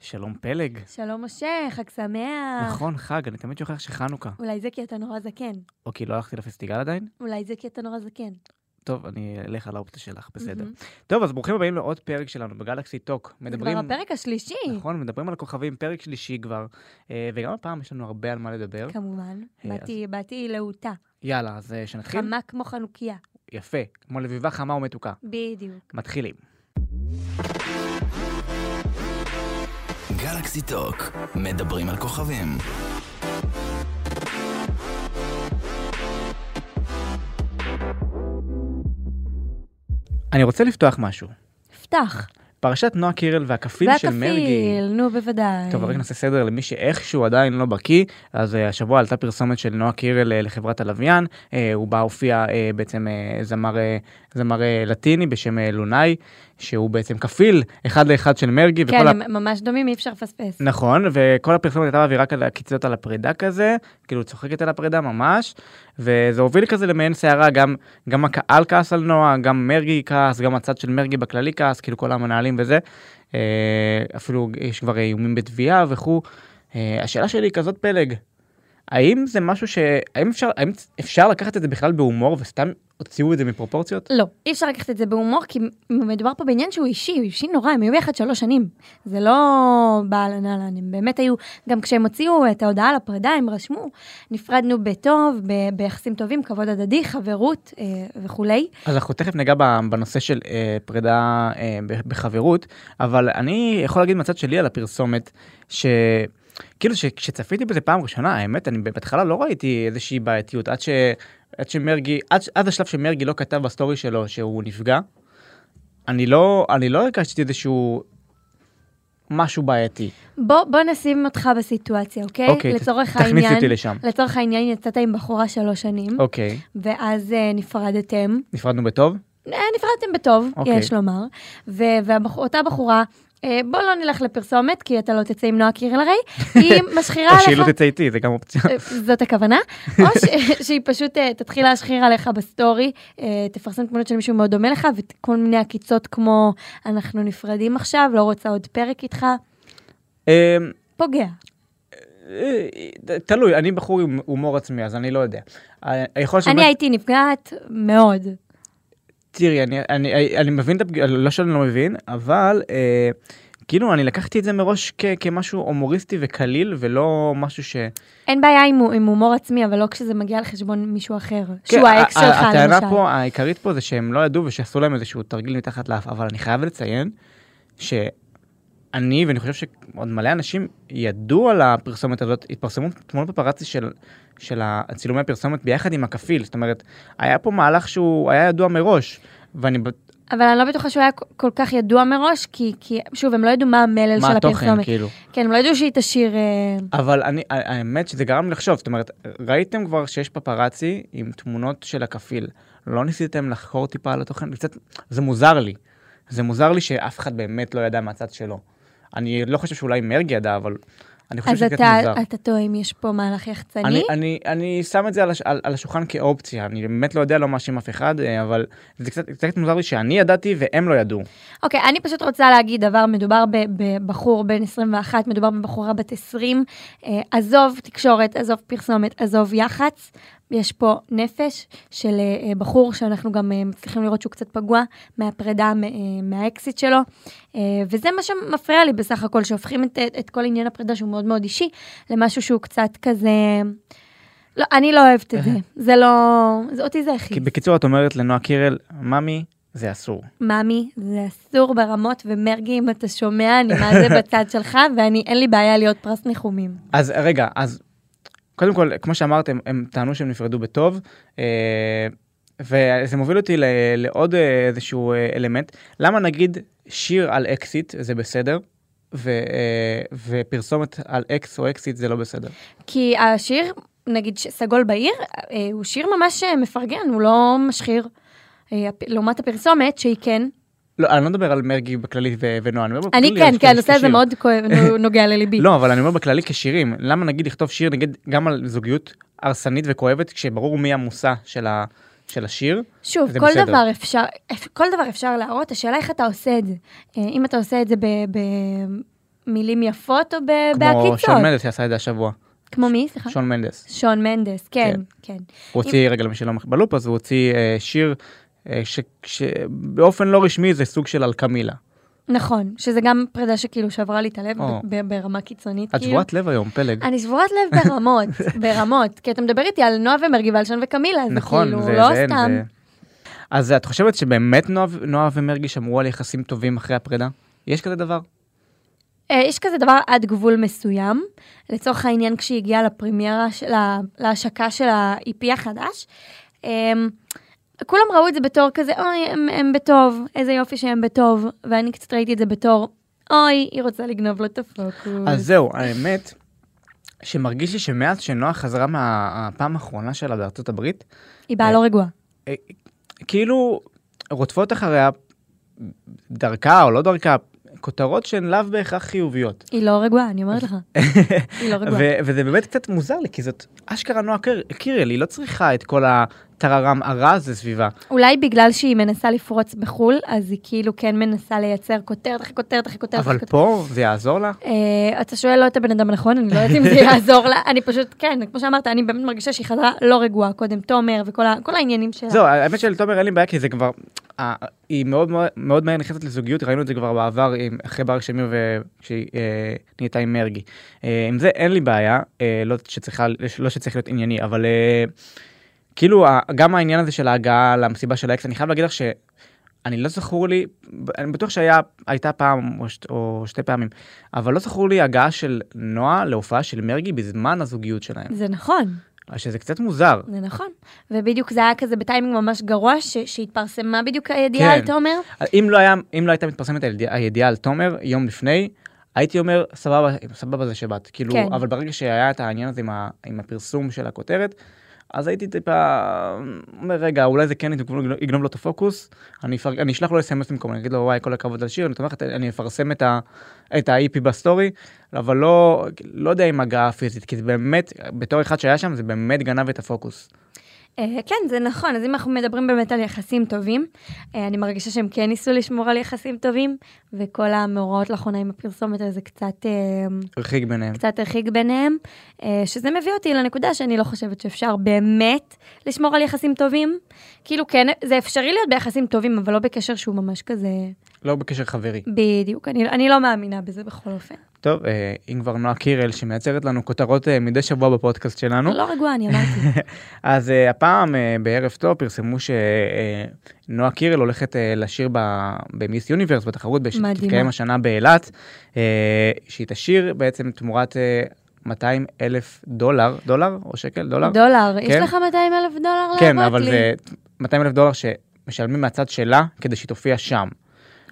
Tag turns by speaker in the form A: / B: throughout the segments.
A: שלום פלג.
B: שלום משה, חג שמח.
A: נכון, חג, אני תמיד שוכח שחנוכה.
B: אולי זה כי אתה נורא זקן.
A: אוקיי, לא הלכתי לפסטיגל עדיין?
B: אולי זה כי אתה נורא זקן.
A: טוב, אני אלך על האופציה שלך, בסדר. טוב, אז ברוכים הבאים לעוד פרק שלנו בגלקסי טוק.
B: זה כבר הפרק השלישי.
A: נכון, מדברים על הכוכבים, פרק שלישי כבר, אה, וגם הפעם יש לנו הרבה על מה לדבר.
B: כמובן.
A: אה,
B: באתי- באתי להוטה.
A: יאללה, אז אה, שנתחיל.
B: חמה כמו חנוכיה.
A: יפה, כמו לביבה חמה ומתוקה.
B: בדיוק.
A: מתחילים.
C: גלקסי טוק, מדברים על כוכבים.
A: אני רוצה לפתוח משהו.
B: פתח.
A: פרשת נועה קירל והכפיל של מרגי.
B: והכפיל, נו בוודאי.
A: טוב, רק נעשה סדר למי שאיכשהו עדיין לא בקיא, אז אה, השבוע עלתה פרסומת של נועה קירל אה, לחברת הלוויין, אה, הוא בא הופיע אה, בעצם אה, זמר, אה, זמר אה, לטיני בשם אה, לונאי, שהוא בעצם כפיל אחד לאחד של מרגי,
B: כן,
A: ה-
B: הם ממש דומים, אי אפשר לפספס.
A: נכון, וכל הפרסומת הייתה באווירה כזה קיצות על הפרידה כזה, כאילו צוחקת על הפרידה ממש, וזה הוביל כזה למעין סערה, גם, גם הקהל כעס על נועה, גם מרגי כעס, גם הצד של מרגי בכללי כעס, כאילו כל המנהלים וזה, אה, אפילו יש כבר איומים בתביעה וכו'. אה, השאלה שלי היא כזאת פלג, האם זה משהו ש... האם אפשר, האם אפשר לקחת את זה בכלל בהומור וסתם הוציאו את זה מפרופורציות?
B: לא, אי אפשר לקחת את זה בהומור, כי מדובר פה בעניין שהוא אישי, הוא אישי נורא, הם היו ביחד שלוש שנים. זה לא באהלן אהלן, הם באמת היו, גם כשהם הוציאו את ההודעה על הפרידה, הם רשמו, נפרדנו בטוב, ב- ביחסים טובים, כבוד הדדי, חברות אה, וכולי.
A: אז אנחנו תכף ניגע ב- בנושא של אה, פרידה אה, ב- בחברות, אבל אני יכול להגיד מהצד שלי על הפרסומת, שכאילו שכשצפיתי בזה פעם ראשונה, האמת, אני בהתחלה לא ראיתי איזושהי בעייתיות, עד, ש... עד שמרגי, עד, ש- עד השלב שמרגי לא כתב בסטורי שלו שהוא נפגע, אני לא, אני לא הרגשתי איזשהו משהו בעייתי.
B: בוא, בוא נשים אותך בסיטואציה, אוקיי?
A: אוקיי, ת-
B: לצורך
A: תכניס
B: העניין,
A: אותי לשם.
B: לצורך העניין יצאת עם בחורה שלוש שנים,
A: אוקיי,
B: ואז אה, נפרדתם.
A: נפרדנו בטוב?
B: אה, נפרדתם בטוב,
A: אוקיי.
B: יש לומר. ואותה בחורה, אה, בוא לא נלך לפרסומת, כי אתה לא תצא עם נועה קירל הרי, היא משחירה
A: או שהיא
B: עליך,
A: לא תצא איתי, זה גם אופציה.
B: אה, זאת הכוונה, או ש- שהיא פשוט אה, תתחיל להשחיר עליך בסטורי, אה, תפרסם תמונות של מישהו מאוד דומה לך, וכל מיני עקיצות כמו, אנחנו נפרדים עכשיו, לא רוצה עוד פרק איתך,
A: אמ,
B: פוגע.
A: אה, תלוי, אני בחור עם הומור עצמי, אז אני לא יודע. אה, יכול להיות
B: אני
A: שבאמת-
B: הייתי נפגעת מאוד.
A: תראי, אני, אני, אני, אני מבין את הפגיעה, לא שאני לא מבין, אבל אה, כאילו אני לקחתי את זה מראש כ, כמשהו הומוריסטי וקליל, ולא משהו ש...
B: אין בעיה עם, עם הומור עצמי, אבל לא כשזה מגיע על חשבון מישהו אחר, שהוא
A: כן,
B: האקס
A: ה-
B: שלך
A: ה-
B: למשל.
A: הטענה פה, העיקרית פה זה שהם לא ידעו ושעשו להם איזשהו תרגיל מתחת לאף, אבל אני חייב לציין שאני, ואני חושב שעוד מלא אנשים ידעו על הפרסומת הזאת, התפרסמו תמונות פפרצי של, של צילומי הפרסומת ביחד עם הכפיל, זאת אומרת, היה פה מהלך שהוא היה ידוע מראש, ואני בט-
B: אבל אני לא בטוחה שהוא היה כל כך ידוע מראש, כי, כי שוב, הם לא ידעו מה המלל
A: מה
B: של
A: התוכן,
B: הפרסומת.
A: כאילו.
B: כן, הם לא ידעו שהיא תשיר... אה,
A: אבל אני, ה- האמת שזה גרם לי לחשוב, זאת אומרת, ראיתם כבר שיש פפרצי עם תמונות של הכפיל, לא ניסיתם לחקור טיפה על התוכן? זה קצת, זה מוזר לי. זה מוזר לי שאף אחד באמת לא ידע מהצד שלו. אני לא חושב שאולי מרגי ידע, אבל אני חושב
B: אז
A: שזה קצת
B: אתה,
A: מוזר.
B: אתה טועה אם יש פה מהלך יחצני?
A: אני, אני, אני שם את זה על, הש, על, על השולחן כאופציה, אני באמת לא יודע, לא מאשים אף אחד, אה, אבל זה קצת, זה קצת מוזר לי שאני ידעתי והם לא ידעו.
B: אוקיי, אני פשוט רוצה להגיד דבר, מדובר ב- בבחור בן 21, מדובר בבחורה בת 20. אה, עזוב תקשורת, עזוב פרסומת, עזוב יח"צ. יש פה נפש של אה, אה, בחור שאנחנו גם אה, מצליחים לראות שהוא קצת פגוע מהפרידה, מ- אה, מהאקזיט שלו. אה, וזה מה שמפריע לי בסך הכל, שהופכים את, את כל עניין הפרידה שהוא מאוד מאוד אישי, למשהו שהוא קצת כזה... לא, אני לא אוהבת את זה. זה לא... זה אותי זה הכי.
A: כי בקיצור, את אומרת לנועה קירל, ממי, זה אסור.
B: ממי, זה אסור ברמות, ומרגי, אם אתה שומע, אני מה זה בצד שלך, ואני, אין לי בעיה להיות פרס ניחומים.
A: אז רגע, אז קודם כל, כמו שאמרתם, הם טענו שהם נפרדו בטוב, אה, וזה מוביל אותי ל- לעוד אה, איזשהו אה, אלמנט. למה נגיד שיר על אקזיט זה בסדר, ו, אה, ופרסומת על אקס או אקזיט זה לא בסדר?
B: כי השיר, נגיד ש- סגול בעיר, אה, הוא שיר ממש אה, מפרגן, הוא לא משחיר. אה, הפ- לעומת הפרסומת, שהיא כן.
A: לא, אני לא מדבר על מרגי בכללי ו- ונועה, אני מדבר
B: אני
A: בכללי על
B: כן,
A: שיר-
B: כי הנושא הזה
A: כשיר.
B: מאוד כואב, נו- נוגע לליבי.
A: לא, אבל אני אומר בכללי כשירים, למה נגיד לכתוב שיר נגיד גם על זוגיות הרסנית וכואבת, כשברור מי המושא של, ה, של השיר?
B: שוב,
A: זה
B: כל
A: בסדר.
B: דבר, אפשר, אפ- כל דבר אפשר להראות, השאלה איך אתה עושה את זה. אה, אם אתה עושה את זה ב- ב- במילים יפות או ב-
A: כמו
B: בעקיצות?
A: שון מנדס שעשה את זה השבוע.
B: כמו מי? סליחה?
A: שון מנדס.
B: שון מנדס, כן,
A: כן.
B: כן.
A: הוא הוציא, רגע למי שלא מכ- בלופ, אז הוא הוציא אה, שיר אה, ש- שבאופן לא רשמי זה סוג של אלקמילה.
B: נכון, שזה גם פרידה שכאילו שברה לי את הלב
A: או.
B: ב- ב- ברמה קיצונית.
A: את
B: כאילו.
A: שבועת לב היום, פלג.
B: אני שבורת לב ברמות, ברמות. כי אתה מדבר איתי על נועה ומרגי ולשון וקמילה, זה
A: נכון,
B: כאילו
A: זה
B: לא
A: זה אין,
B: סתם.
A: זה- אז את חושבת שבאמת נועה ו- נועה ומרגי שמרו על יחסים טובים אחרי הפרידה? יש כזה דבר?
B: אה, יש כזה דבר עד גבול מסוים. לצורך העניין, כשהיא הגיעה לפרימיירה, של ה- להשקה של ה-EP החדש, אמ, כולם ראו את זה בתור כזה, אוי, הם, הם בטוב, איזה יופי שהם בטוב, ואני קצת ראיתי את זה בתור, אוי, היא רוצה לגנוב לו את הפוקוס.
A: אז זהו, האמת, שמרגיש לי שמאז שנועה חזרה מהפעם האחרונה שלה בארצות הברית,
B: היא באה לא רגועה.
A: אה, כאילו רודפות אחריה, דרכה או לא דרכה, כותרות שהן לאו בהכרח חיוביות.
B: היא לא רגועה, אני אומרת לך. היא לא רגועה.
A: ו- וזה באמת קצת מוזר לי, כי זאת אשכרה נועה קיר- קירל, היא לא צריכה את כל הטררם הרע הזה סביבה.
B: אולי בגלל שהיא מנסה לפרוץ בחו"ל, אז היא כאילו כן מנסה לייצר כותרת אחרי כותרת אחרי כותרת.
A: אבל
B: אחרי כותרת.
A: פה זה יעזור לה?
B: אה, אתה שואל לא את הבן אדם הנכון, אני לא יודעת אם זה יעזור לה, אני פשוט, כן, כמו שאמרת, אני באמת מרגישה שהיא חזרה לא רגועה, קודם תומר וכל ה- כל העניינים שלה.
A: זהו, האמת שלתומר אין לי בעיה, כי זה כבר... אה, היא מאוד מאוד- מאוד מהר נכנסת לזוגיות, ראינו את זה כבר בעבר, עם- אחרי ברק שמיר וכשהיא אה, נהייתה עם מרגי. אה, עם זה אין לי בעיה, אה, לא שצריכה- לא שצריך להיות ענייני, אבל אה, כאילו, ה- גם העניין הזה של ההגעה למסיבה של האקס, אני חייב להגיד לך ש... אני לא זכור לי, אני בטוח שהייתה פעם או, שת, או שתי פעמים, אבל לא זכור לי הגעה של נועה להופעה של מרגי בזמן הזוגיות שלהם,
B: זה נכון,
A: שזה קצת מוזר.
B: זה נכון. ובדיוק זה היה כזה בטיימינג ממש גרוע, ש- שהתפרסמה בדיוק הידיעה
A: כן.
B: על תומר.
A: אם לא, היה, אם לא הייתה מתפרסמת הידיע- הידיעה על תומר יום לפני, הייתי אומר, סבבה, סבבה זה שבאת. כאילו,
B: כן.
A: כן. אבל ברגע שהיה את העניין הזה עם, ה, עם הפרסום של הכותרת, אז הייתי טיפה, אומר, רגע, אולי זה כן יגנוב- יגנוב לו את הפוקוס, אני, אפר, אני אשלח לו סמס במקום, אני אגיד לו, וואי, כל הכבוד על שיר, אני תומכת, אני אפרסם את ה- את ה-IP בסטורי, אבל לא, לא יודע אם הגעה פיזית, כי זה באמת, בתור אחד שהיה שם, זה באמת גנב את הפוקוס.
B: אה, כן, זה נכון, אז אם אנחנו מדברים באמת על יחסים טובים, אה, אני מרגישה שהם כן ניסו לשמור על יחסים טובים, וכל המאורעות לאחרונה עם הפרסומת הזה קצת... אה,
A: הרחיק ביניהם.
B: קצת הרחיק ביניהם, אה, שזה מביא אותי לנקודה שאני לא חושבת שאפשר באמת לשמור על יחסים טובים. כאילו כן, זה אפשרי להיות ביחסים טובים, אבל לא בקשר שהוא ממש כזה...
A: לא בקשר חברי.
B: בדיוק, אני, אני לא מאמינה בזה בכל אופן.
A: טוב, אה, אם כבר נועה קירל שמייצרת לנו כותרות אה, מדי שבוע בפודקאסט שלנו,
B: לא רגועה, אני אמרתי.
A: אז אה, הפעם אה, בערב טוב פרסמו שנועה קירל הולכת אה, לשיר ב- במיס יוניברס בתחרות בש-
B: מדהימה.
A: שתתקיים השנה באילת, אה, שהיא תשיר בעצם תמורת אה, 200 אלף דולר, דולר או שקל? דולר?
B: דולר, יש
A: כן.
B: לך 200 אלף דולר להראות לי?
A: כן, אבל זה 200 אלף דולר שמשלמים מהצד שלה כדי שהיא תופיע שם.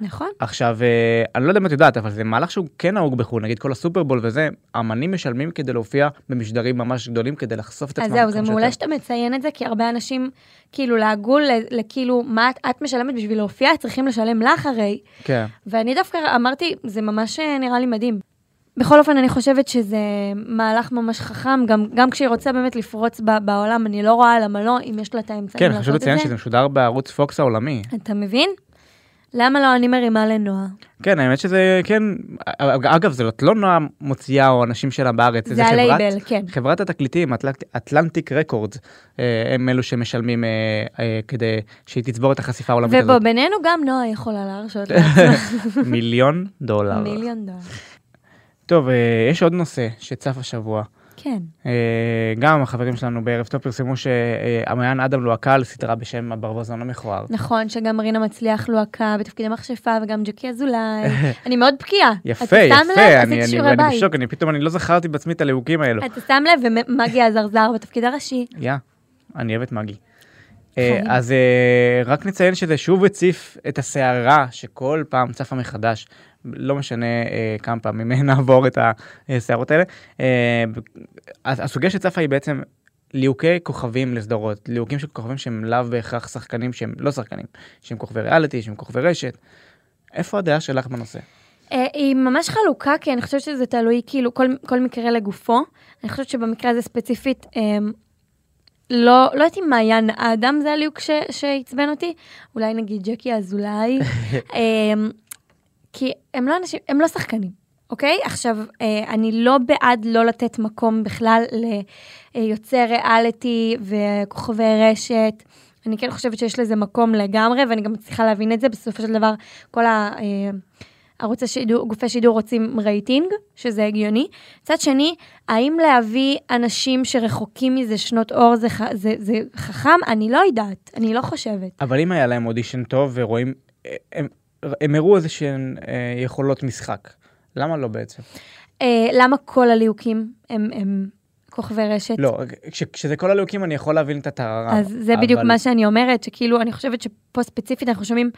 B: נכון.
A: עכשיו, אה, אני לא יודע אם את יודעת, אבל זה מהלך שהוא כן נהוג בחו"ל, נגיד כל הסופרבול וזה, אמנים משלמים כדי להופיע במשדרים ממש גדולים, כדי לחשוף את עצמם.
B: אז אה, זהו, זה
A: כמה
B: מעולה
A: שיותר.
B: שאתה מציין את זה, כי הרבה אנשים, כאילו, לעגול, ל- לכאילו, מה את- את משלמת בשביל להופיע, צריכים לשלם לך הרי.
A: כן.
B: ואני דווקא אמרתי, זה ממש אה, נראה לי מדהים. בכל אופן, אני חושבת שזה מהלך ממש חכם, גם, גם כשהיא רוצה באמת לפרוץ ב- בעולם, אני לא רואה למה לא, אם יש לה את האמצעים
A: כן,
B: לעשות
A: חשוב
B: את
A: לציין
B: זה.
A: שזה משודר בערוץ פוקס העולמי.
B: אתה מבין? למה לא אני מרימה לנועה?
A: כן, האמת שזה, כן, אגב, זה לא נועה מוציאה או אנשים שלה בארץ,
B: זה
A: איזה חברת-
B: הלייבל, כן.
A: חברת התקליטים, אטלנט- אטלנטיק רקורדס, אה, הם אלו שמשלמים אה, אה, כדי שהיא תצבור את החשיפה העולמית
B: ובוא,
A: הזאת.
B: בינינו גם נועה יכולה להרשות
A: כן.
B: לעצמה
A: מיליון דולר.
B: מיליון דולר.
A: טוב, אה, יש עוד נושא שצף השבוע.
B: כן.
A: אה, גם החברים שלנו בערב טוב פרסמו שהמעיין אדם לוהקה על סדרה בשם הברווזון המכוער.
B: נכון שגם מרינה מצליח לוהקה בתפקידי מכשפה וגם ג'קי אזולאי. אני מאוד בקיאה.
A: יפה,
B: אתה שם לב?
A: יפה, אני-
B: עשיתי
A: אני
B: שיעורי
A: אני
B: בית.
A: בשוק, אני פתאום אני לא זכרתי בעצמי את הלהוקים האלו.
B: אתה שם לב, ומגי הזרזר בתפקיד הראשי.
A: יא, אני אוהב את מגי. אה,
B: חיים.
A: אז אה, רק נציין שזה שוב הציף את הסערה שכל פעם צפה מחדש, לא משנה אה, כמה פעמים נעבור את הסערות האלה. אה, הסוגיה שצפה היא בעצם ליהוקי כוכבים לסדרות, ליהוקים של כוכבים שהם לאו בהכרח שחקנים שהם לא שחקנים, שהם כוכבי ריאליטי, שהם כוכבי רשת. איפה הדעה שלך בנושא?
B: אה, היא ממש חלוקה, כי אני חושבת שזה תלוי, כאילו, כל, כל מקרה לגופו. אני חושבת שבמקרה הזה ספציפית, אה, לא, לא יודעת אם מעיין האדם זה הליהוק ש- שעצבן אותי, אולי אמ, נגיד ג'קי אזולאי, אה, כי הם לא אנשים, הם לא שחקנים. אוקיי? עכשיו, אה, אני לא בעד לא לתת מקום בכלל ליוצאי ריאליטי וכוכבי רשת. אני כן חושבת שיש לזה מקום לגמרי, ואני גם מצליחה להבין את זה. בסופו של דבר, כל ה... אה, ערוץ השידור, גופי שידור רוצים רייטינג, שזה הגיוני. מצד שני, האם להביא אנשים שרחוקים מזה שנות אור זה, ח- זה, זה חכם? אני לא יודעת, אני לא חושבת.
A: אבל אם היה להם אודישן טוב ורואים, אה, הם, הם הראו איזה שהן אה, יכולות משחק. למה לא בעצם?
B: אה, למה כל הליהוקים הם, הם כוכבי רשת?
A: לא, כש, כשזה כל הלוקים אני יכול להבין את הטררה.
B: אז זה בדיוק
A: אה, אבל-
B: מה שאני אומרת, שכאילו, אני חושבת שפה ספציפית אנחנו שומעים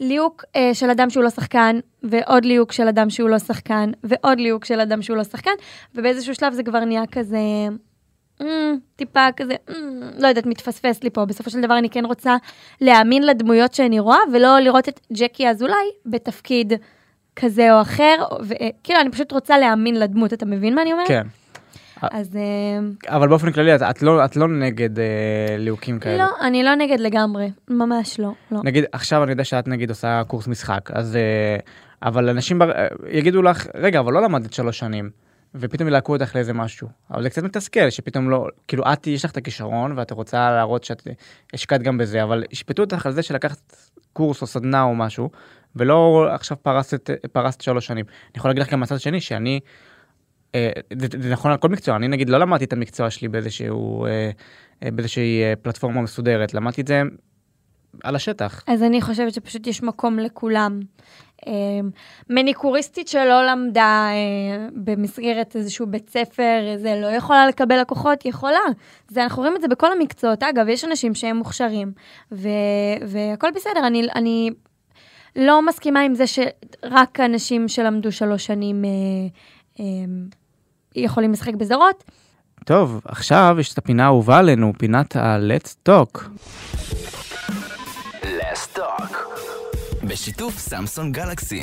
B: ליהוק אה, של אדם שהוא לא שחקן, ועוד ליהוק של אדם שהוא לא שחקן, ועוד ליהוק של אדם שהוא לא שחקן, ובאיזשהו שלב זה כבר נהיה כזה, "אמ, טיפה כזה, "אמ, לא יודעת, מתפספס לי פה. בסופו של דבר אני כן רוצה להאמין לדמויות שאני רואה, ולא לראות את ג'קי אזולאי בתפקיד כזה או אחר, וכאילו, אני פשוט רוצה להאמין לדמות, אתה מבין מה אני אומרת?
A: כן.
B: אז... אה,
A: אבל באופן כללי, את, את, לא, את לא נגד אה, ליהוקים כאלה.
B: לא, אני לא נגד לגמרי, ממש לא, לא.
A: נגיד, עכשיו אני יודע שאת נגיד עושה קורס משחק, אז... אה, אבל אנשים בר... אה, יגידו לך, רגע, אבל לא למדת שלוש שנים, ופתאום ילהקו אותך לאיזה משהו. אבל זה קצת מתסכל, שפתאום לא... כאילו, את, יש לך את הכישרון, ואת רוצה להראות שאת השקעת גם בזה, אבל ישפטו אותך על זה שלקחת קורס או סדנה או משהו, ולא עכשיו פרסת, פרסת שלוש שנים. אני יכול להגיד לך גם מהצד השני, שאני... אה, זה, זה נכון על כל מקצוע, אני נגיד לא למדתי את המקצוע שלי באיזשהו, אה, אה, באיזושהי אה, פלטפורמה מסודרת, למדתי את זה על השטח.
B: אז אני חושבת שפשוט יש מקום לכולם. אה, מניקוריסטית שלא למדה אה, במסגרת איזשהו בית ספר, אה, זה לא יכולה לקבל לקוחות, יכולה. זה, אנחנו רואים את זה בכל המקצועות. אגב, יש אנשים שהם מוכשרים, ו- והכל בסדר. אני, אני לא מסכימה עם זה שרק אנשים שלמדו שלוש שנים אה, אה, יכולים לשחק בזרות.
A: טוב, עכשיו יש את הפינה האהובה עלינו, פינת ה-let's talk.
C: בשיתוף סמסון גלקסי.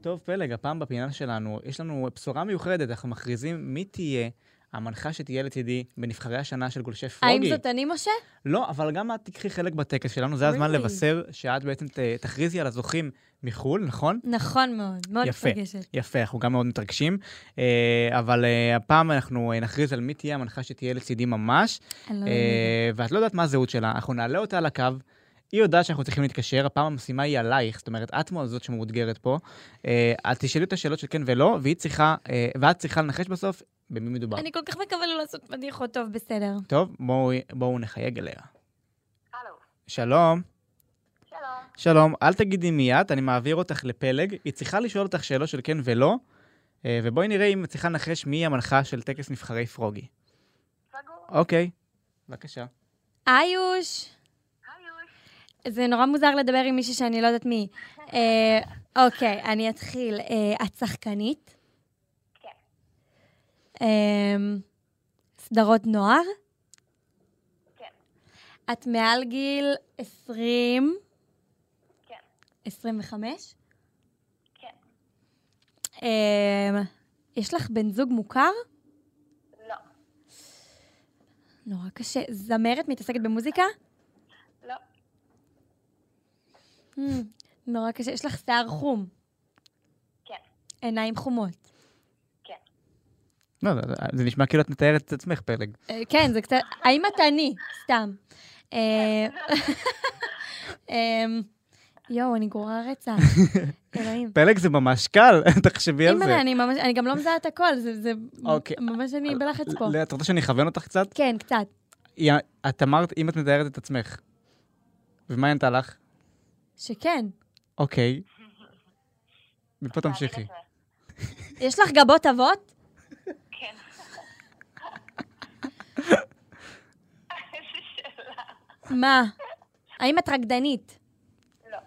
A: טוב, פלג, הפעם בפינה שלנו, יש לנו בשורה מיוחדת, אנחנו מכריזים מי תהיה המנחה שתהיה לצידי בנבחרי השנה של גולשי פרוגי.
B: האם זאת אני, משה?
A: לא, אבל גם את תיקחי חלק בטקס שלנו, זה הזמן
B: Really?
A: לבשר שאת בעצם ת- תכריזי על הזוכים מחו"ל, נכון?
B: נכון מאוד, מאוד
A: יפה.
B: מתרגשת.
A: יפה, אנחנו גם מאוד מתרגשים, אה, אבל אה, הפעם אנחנו אה, נכריז על מי תהיה המנחה שתהיה לצידי ממש.
B: אני לא
A: אה,
B: מאמינה.
A: ואת לא יודעת מה הזהות שלה, אנחנו נעלה אותה על הקו. היא יודעת שאנחנו צריכים להתקשר, הפעם המשימה היא עלייך, זאת אומרת, את זאת שמאותגרת פה. אה, את תשאלי את השאלות של כן ולא, והיא צריכה, אה, ואת צריכה לנחש בסוף במי מדובר.
B: אני כל כך מקווה לא לעשות מדיחות טוב, בסדר.
A: טוב, בואו בואו נחייג אליה.
D: הלו.
A: שלום.
D: שלום.
A: שלום, אל תגידי מיד, אני מעביר אותך לפלג. היא צריכה לשאול אותך שאלות של כן ולא, אה, ובואי נראה אם את צריכה לנחש מי המנחה של טקס נבחרי פרוגי.
D: סגור.
A: אוקיי, בבקשה.
B: איוש!
D: היוש.
B: זה נורא מוזר לדבר עם מישהי שאני לא יודעת מי. אה, אוקיי, אני אתחיל. אה, את שחקנית?
D: כן.
B: אה, סדרות נוער?
D: כן.
B: את מעל גיל 20?
D: כן.
B: 25?
D: כן.
B: אה, יש לך בן זוג מוכר?
D: לא.
B: נורא קשה. זמרת מתעסקת במוזיקה?
D: לא.
B: Hmm, נורא קשה. יש לך שיער חום,
D: כן.
B: עיניים חומות.
D: כן.
A: לא, זה- זה נשמע כאילו את מתארת את עצמך, פלג.
B: אה, כן, זה קצת... האם את אני? סתם. אה, אמ, יואו, אני גרועה רצח. אלוהים.
A: פלג זה ממש קל, תחשבי על זה.
B: אימא'לה, אני ממש... אני גם לא מזהה את הכל, זה- זה...
A: אוקיי.
B: ממש אני בלחץ פה.
A: ל- את רוצה שאני אכוון אותך קצת?
B: כן, קצת.
A: היא- את אמרת, אם את מתארת את עצמך. ומה היא ענתה לך?
B: שכן.
A: אוקיי. מפה תמשיכי.
D: תאמין את זה.
B: יש לך גבות עבות?
D: כן. איזה שאלה.
B: מה? האם את רקדנית?
D: לא.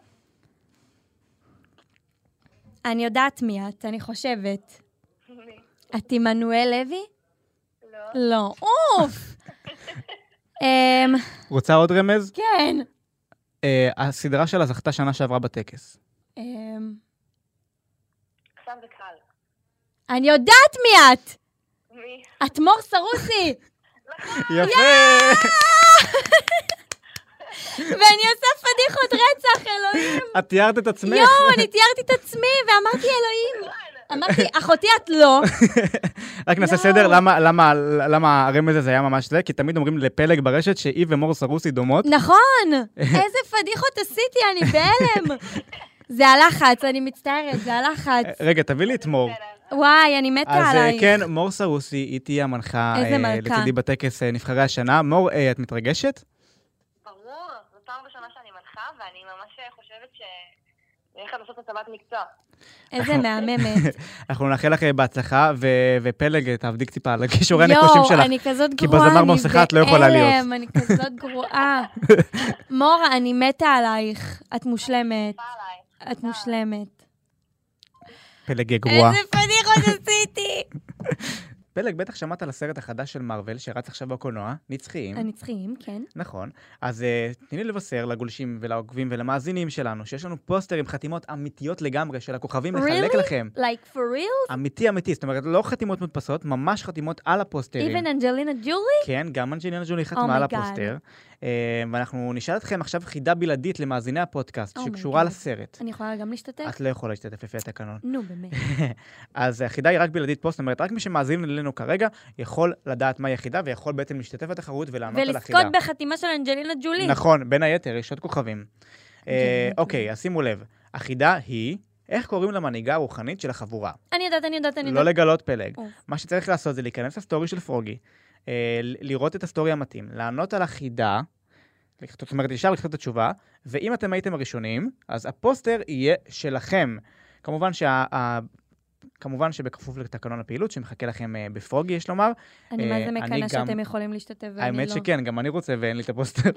B: אני יודעת מי את, אני חושבת.
D: מי?
B: את עמנואל לוי?
D: לא.
B: לא. אוף! אמ,
A: רוצה עוד רמז?
B: כן.
A: אה, הסדרה שלה זכתה שנה שעברה בטקס.
B: אמ,
D: קסם זה קל.
B: אני יודעת מי את!
D: מי?
B: את מור סרוסי!
A: יפה!
B: ואני עושה פדיחות רצח, אלוהים!
A: את תיארת את עצמך.
B: יואו, אני תיארתי את עצמי ואמרתי, אלוהים!
D: כן.
B: אמרתי, אחותי את לא.
A: רק נעשה
B: לא.
A: סדר, למה- למה למה הרמז הזה היה ממש זה? כי תמיד אומרים לפלג ברשת שהיא ומור סרוסי דומות.
B: נכון, איזה פדיחות עשיתי, אני בהלם. זה הלחץ, אני מצטערת, זה הלחץ.
A: אה, רגע, תביא לי את מור.
D: בסדר.
B: וואי, אני מתה
A: אז אה,
B: עלייך.
A: כן, מור סרוסי, היא תהיה המנחה
B: איזה
A: אה,
B: מלכה.
A: לצידי בטקס אה, נבחרי השנה. מור, אה, את מתרגשת?
D: ברור, זו פעם ראשונה שאני מנחה, ואני ממש אה, חושבת ש... איך לעשות הצבת מקצוע.
B: איזה מהממת.
A: אנחנו נאחל לך אה, בהצלחה, ו- ופלג, אה, תעבדי טיפה על הכישורי הנחושים
B: יואו,
A: שלך.
B: אני כזאת
A: כי
B: גרועה,
A: בזמר
B: אני
A: מוסכה את לא יכולה להיות.
B: בהלם, אני כזאת גרועה. מורה, אני מתה עלייך. את מושלמת,
D: בא עליי.
B: את מושלמת.
A: פלג היא גרועה.
B: איזה פדיחות עשיתי.
A: פלג, בטח שמעת על הסרט החדש של מארוול, שרץ עכשיו בקולנוע, נצחיים.
B: הנצחיים, כן.
A: נכון. אז אה, תני לי לבשר לגולשים ולעוקבים ולמאזינים שלנו, שיש לנו פוסטר עם חתימות אמיתיות לגמרי של הכוכבים לחלק
B: Really?
A: לכם.
B: Like for real?
A: אמיתי אמיתי, זאת אומרת, לא חתימות מודפסות, ממש חתימות על הפוסטרים.
B: Even אנג'לינה ג'ולי?
A: כן, גם אנג'לינה ג'ולי
B: my
A: חתמה על
B: God.
A: הפוסטר. אה, ואנחנו נשאל אתכם עכשיו חידה בלעדית למאזיני הפודקאסט,
B: Oh my
A: שקשורה
B: God.
A: לסרט.
B: אני יכולה גם להשתתף?
A: את לא יכולה להשתתף לפי התקנון.
B: נו, באמת.
A: אה, אז החידה היא רק בלעדית פוסט, זאת אומרת, רק מי שמאזין אלינו כרגע יכול לדעת מהי החידה, ויכול בעצם להשתתף בתחרות ולענות על החידה.
B: ולזכות בחתימה של אנג'לינה ג'ולי.
A: נכון, בין היתר, יש עוד כוכבים. אה,
B: ג'ולי.
A: אוקיי, אז שימו לב, החידה היא, איך קוראים למנהיגה הרוחנית של החבורה?
B: אני יודעת, אני יודעת, אני
A: לא
B: יודעת.
A: לגלות פלג.
B: אוף.
A: מה שצריך לעשות זה להיכנס לסטורי של פרוגי, אה, ל- לראות את הסטורי המתאים, לענות על החידה, לכתוב- זאת אומרת, ישר לכתוב את התשובה, ואם אתם הייתם הראשונים, אז הפוסטר יהיה שלכם. כמובן שה... ה- כמובן שבכפוף לתקנון הפעילות שמחכה לכם אה, בפרוגי, יש לומר.
B: אני
A: אה,
B: מה זה
A: אני גם-
B: מקנאה שאתם יכולים להשתתף ואני לא.
A: האמת שכן, גם אני רוצה ואין לי את הפוסטר.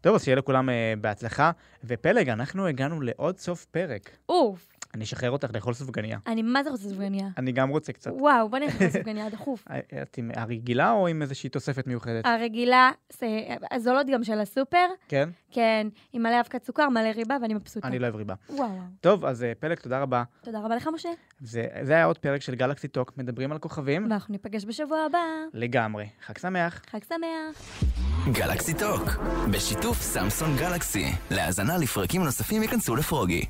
A: טוב, אז שיהיה לכולם אה, בהצלחה. ופלג, אנחנו הגענו לעוד סוף פרק.
B: אוף,
A: אני אשחרר אותך לאכול סופגניה.
B: אני מה זה רוצה סופגניה?
A: אני גם רוצה קצת.
B: וואו, בוא נלך לסופגניה דחוף.
A: אה, את עם הרגילה או עם איזושהי תוספת מיוחדת?
B: אה, הרגילה, זה- הזולות גם של הסופר,
A: כן?
B: כן, עם מלא אבקת סוכר, מלא ריבה, ואני מבסוטה.
A: אני לא אוהב ריבה.
B: וואו, וואו.
A: טוב, אז אה, פלג, תודה רבה.
B: תודה רבה לך, משה,
A: זה זה היה עוד פרק של גלקסי טוק, מדברים על כוכבים.
B: ואנחנו ניפגש בשבוע הבא.
A: לגמרי. חג שמח.
B: חג שמח.
C: גלקסי טוק, בשיתוף סמסון גלקסי. להאזנה לפרקים נוספים ייכנסו לפרוגי.